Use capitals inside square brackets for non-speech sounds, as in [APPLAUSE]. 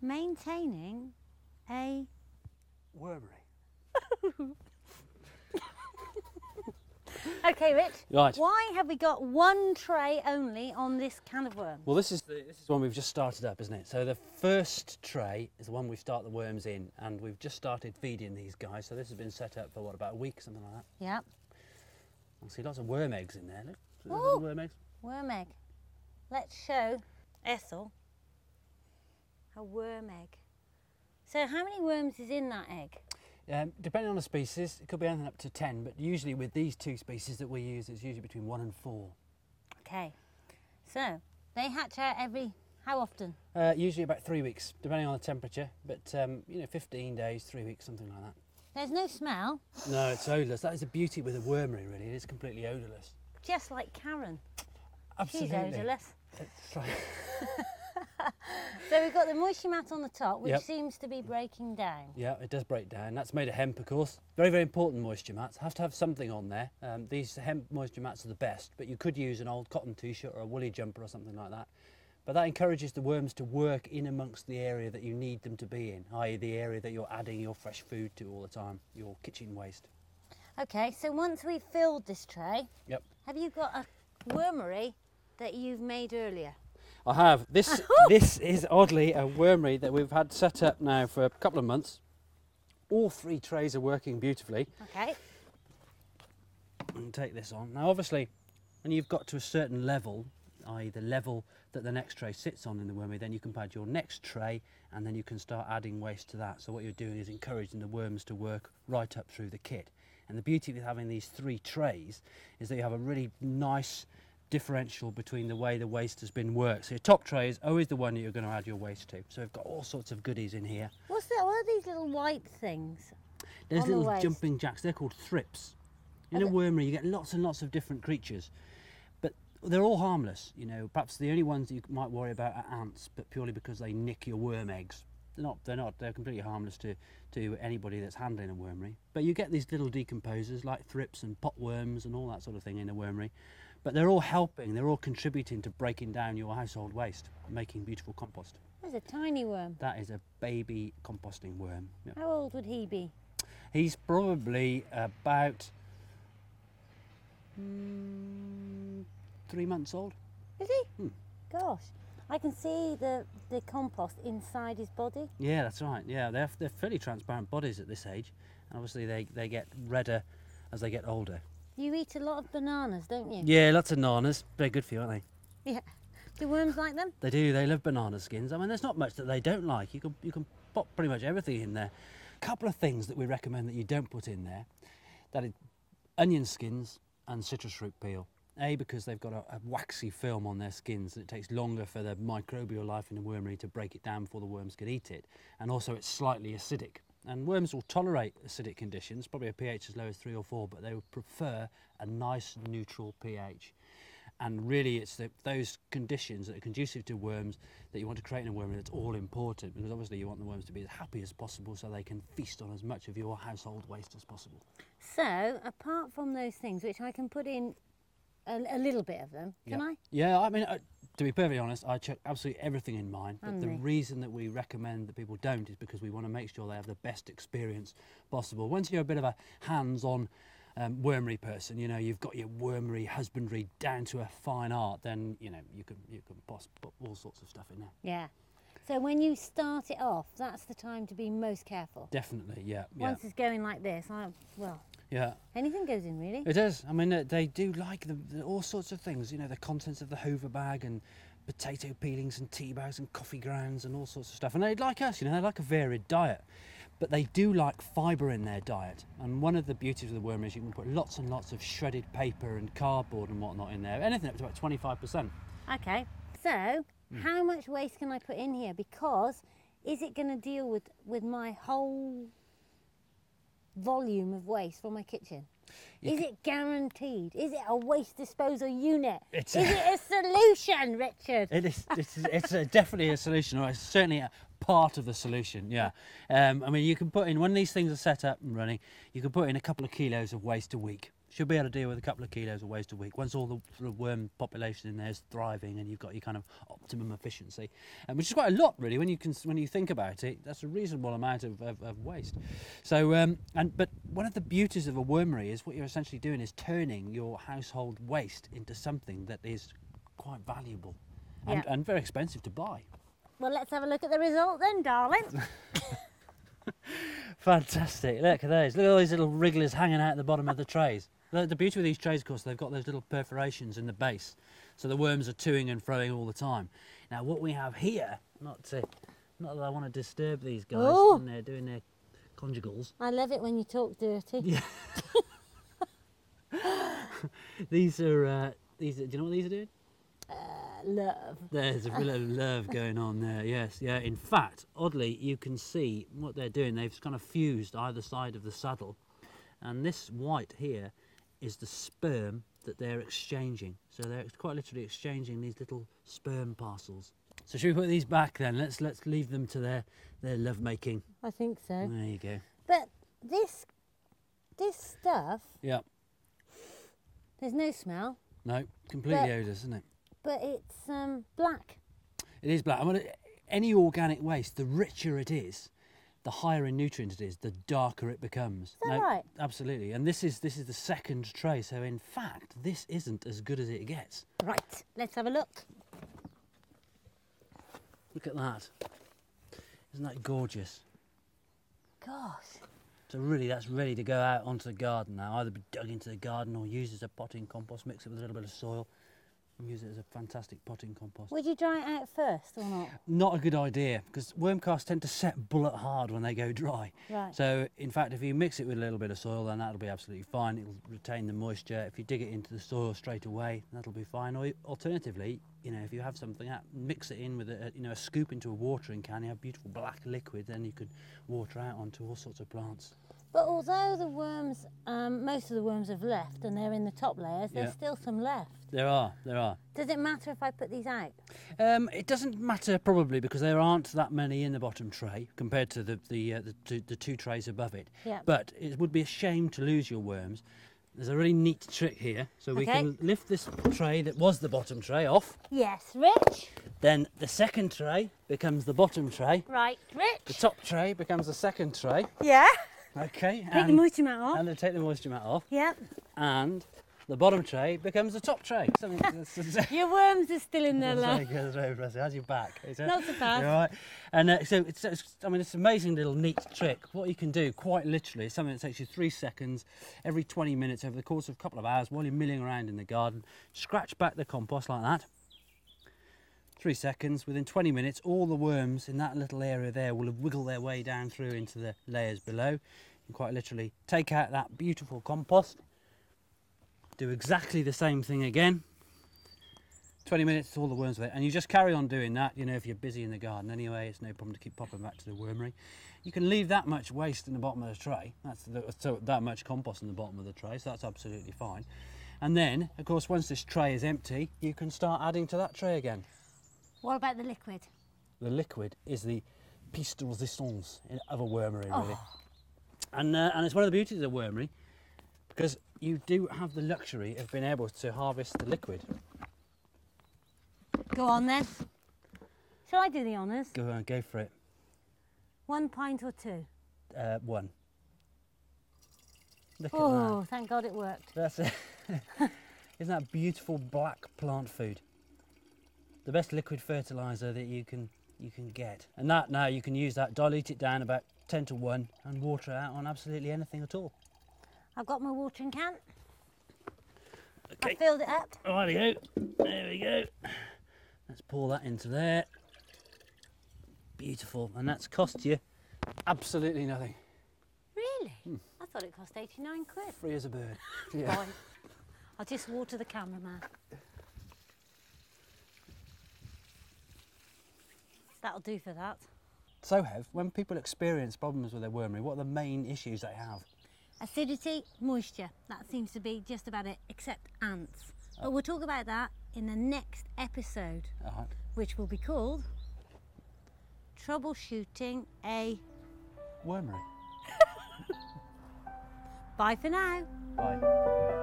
maintaining a Wormery. Okay, Rich. Right. Why have we got one tray only on this can of worms? Well, this is the, this is one we've just started up, isn't it? So the first tray is the one we start the worms in, and we've just started feeding these guys. So this has been set up for what about a week, something like that. Yep. I see lots of worm eggs in there. Look, See those Ooh. little worm eggs. Worm egg. Let's show Ethel a worm egg. So how many worms is in that egg? Um, depending on the species, it could be anything up to ten, but usually with these two species that we use, it's usually between one and four. Okay. So they hatch out every how often? Uh, usually about three weeks, depending on the temperature, but um, you know, 15 days, three weeks, something like that. There's no smell, No, it's odourless. That is the beauty with a wormery, really. It is completely odourless. just like Karen. Absolutely. She's odourless. It's like- So we've got the moisture mat on the top, which Yep. seems to be breaking down. Yeah, it does break down. That's made of hemp, of course. Very, very important moisture mats. Have to have something on there. Um, these hemp moisture mats are the best, but you could use an old cotton t-shirt or a woolly jumper or something like that. But that encourages the worms to work in amongst the area that you need them to be in, i.e. the area that you're adding your fresh food to all the time, your kitchen waste. Okay, so once we've filled this tray, Yep. have you got a wormery that you've made earlier? I have. This [LAUGHS] this is oddly a wormery that we've had set up now for a couple of months. All three trays are working beautifully. Okay. and take this on. Now, obviously, when you've got to a certain level, i.e., the level that the next tray sits on in the wormy, then you can pad your next tray and then you can start adding waste to that. So, what you're doing is encouraging the worms to work right up through the kit. And the beauty with having these three trays is that you have a really nice differential between the way the waste has been worked. So, your top tray is always the one that you're going to add your waste to. So, we've got all sorts of goodies in here. What's that? What are these little white things? There's On the little waist. jumping jacks. They're called thrips. In a wormery, you get lots and lots of different creatures, but they're all harmless. You know, perhaps the only ones that you might worry about are ants, but purely because they nick your worm eggs. They're not. They're not. They're completely harmless to to anybody that's handling a wormery. But you get these little decomposers like thrips and potworms and all that sort of thing in a wormery. But they're all helping. They're all contributing to breaking down your household waste, and making beautiful compost. There's a tiny worm. That is a baby composting worm. Yeah. How old would he be? He's probably about mm, three months old. Is he? Hmm. Gosh, I can see the, the compost inside his body. Yeah, that's right. Yeah, they're, they're fairly transparent bodies at this age, and obviously they, they get redder as they get older. You eat a lot of bananas, don't you? Yeah, lots of bananas. They're good for you, aren't they? Yeah. Do worms like them? They do. They love banana skins. I mean, there's not much that they don't like. You can you can pop pretty much everything in there. A couple of things that we recommend that you don't put in there, that is onion skins and citrus fruit peel. A because they've got a, a waxy film on their skins and it takes longer for the microbial life in the wormery to break it down before the worms could eat it, and also it's slightly acidic. And worms will tolerate acidic conditions, probably a pH as low as three or four, but they would prefer a nice neutral pH and really it's the, those conditions that are conducive to worms that you want to create in a worm and it's all important because obviously you want the worms to be as happy as possible so they can feast on as much of your household waste as possible So, apart from those things, which I can put in a, a little bit of them, can yeah. I? yeah i mean uh, to be perfectly honest i check absolutely everything in mine but the Only. reason that we recommend that people don't is because we want to make sure they have the best experience possible once you're a bit of a hands-on um, wormery person, you know, you've got your wormery husbandry down to a fine art. Then you know you can you can pos- put all sorts of stuff in there. Yeah. So, when you start it off, that's the time to be most careful. Definitely, yeah, yeah. Once it's going like this, I, well, Yeah, anything goes in really. it is. I mean, uh, they do like the, the, all sorts of things. You know, the contents of the hover bag and potato peelings and tea bags and coffee grounds and all sorts of stuff. And they like us. You know, they like a varied diet, but they do like fibre in their diet. And one of the beauties of the worm is you can put lots and lots of shredded paper and cardboard and whatnot in there. Anything up to about twenty-five percent. Okay. So, Hmm. how much waste can I put in here? Because is it going to deal with with my whole volume of waste from my kitchen? is it guaranteed? Is it a waste disposal unit? It's [LAUGHS] is it a solution, Richard? It is. It's, it's a, definitely a solution, or it's certainly a part of the solution. Yeah. Um, I mean, you can put in when these things are set up and running, you can put in a couple of kilos of waste a week. should be able to deal with a couple of kilos of waste a week once all the sort of worm population in there is thriving and you've got your kind of optimum efficiency, um, which is quite a lot really when you can when you think about it. That's a reasonable amount of, of, of waste. So um, and but one of the beauties of a wormery is what you're essentially doing is turning your household waste into something that is quite valuable and, Yeah. and very expensive to buy. Well, let's have a look at the result then, [LAUGHS] darling. Fantastic. Look at those. Look at all these little wrigglers hanging out at the bottom of the trays. The, the beauty with these trays, of course, they've got those little perforations in the base. So the worms are toing and froing all the time. Now, what we have here, not to, not that I want to disturb these guys Oh. when they're doing their conjugals, I love it when you talk dirty. Yeah. these are, uh, these are, do you know what these are doing? Uh, love. There's a bit of love going on there, yes, yeah. In fact, oddly, you can see what they're doing. They've kind of fused either side of the saddle, and this white here is the sperm that they're exchanging. So they're ex- quite literally exchanging these little sperm parcels. So should we put these back then? Let's let's leave them to their their love making. I think so. There you go. But this, this stuff, Yeah. there's no smell, No, completely But- odorless, isn't it? but it's um, black. It is black. I mean, any organic waste, the richer it is, the higher in nutrients it is, the darker it becomes. Is that right? Absolutely. And this is this is the second tray. So in fact, this isn't as good as it gets. Right. Let's have a look. Look at that. Isn't that gorgeous? Gosh. So really, that's ready to go out onto the garden now. Either be dug into the garden or used as a potting compost. Mix it with a little bit of soil. And use it as a fantastic potting compost. Would you dry it out first or not? Not a good idea because worm casts tend to set bullet hard when they go dry. Right. So, in fact, if you mix it with a little bit of soil, then that'll be absolutely fine. It'll retain the moisture. If you dig it into the soil straight away, that'll be fine. Or alternatively, you know, if you have something out, mix it in with a a- you know a scoop into a watering can. You have beautiful black liquid. Then you could water out onto all sorts of plants. But although the worms, um, most of the worms have left and they're in the top layers, there's Yeah. still some left. There are, there are. Does it matter if I put these out? Um, it doesn't matter probably because there aren't that many in the bottom tray compared to the the uh, the, two, the two trays above it. Yeah. But it would be a shame to lose your worms. There's a really neat trick here. So we Okay. can lift this tray that was the bottom tray off. Yes, Rich. Then the second tray becomes the bottom tray. Right, The Rich. top tray becomes the second tray. [LAUGHS] Yeah. Okay. Take the moisture mat off. And they take the moisture mat off. Yep. And the bottom tray becomes the top tray. Something [LAUGHS] that's, that's- Your worms are still in there, [LAUGHS] That's love. very good, that's very impressive. How's your back? Is it- Not so bad. You all right? And uh, so it's, it's, I mean, it's an amazing little neat trick. What you can do, quite literally, is something that takes you three seconds every 20 minutes over the course of a couple of hours while you're milling around in the garden. Scratch back the compost like that. Three seconds. Within 20 minutes, all the worms in that little area there will have wiggled their way down through into the layers below. And quite literally, take out that beautiful compost. Do exactly the same thing again. 20 minutes to all the worms there, and you just carry on doing that. You know, if you're busy in the garden anyway, it's no problem to keep popping back to the wormery. You can leave that much waste in the bottom of the tray. That's the, so that much compost in the bottom of the tray, so that's absolutely fine. And then, of course, once this tray is empty, you can start adding to that tray again. What about the liquid? The liquid is the piece de resistance in- of a wormery, really. And, uh, and it's one of the beauties of a wormery because you do have the luxury of being able to harvest the liquid. Go on then. Shall I do the honours? Go on, go for it. One pint or two? uh, one. Look Oh, thank God it worked. at that. That's it. [LAUGHS] Isn't that beautiful black plant food? The best liquid fertilizer that you can you can get. And that now you can use that, dilute it down about ten to one, and water it out on absolutely anything at all. I've got my watering can. Okay. I filled it up. Rightio, there we go. Let's pour that into there. Beautiful, and that's cost you absolutely nothing. Really? I thought it cost 89 quid. Free as a bird. Yeah. [LAUGHS] Fine. I'll just water the cameraman. That'll do for that. So, Hev, when people experience problems with their wormery, what are the main issues they have? Acidity, moisture. That seems to be just about it, except ants. But we'll talk about that in the next episode, Alright. which will be called Troubleshooting a. Wormery. Bye for now. Bye.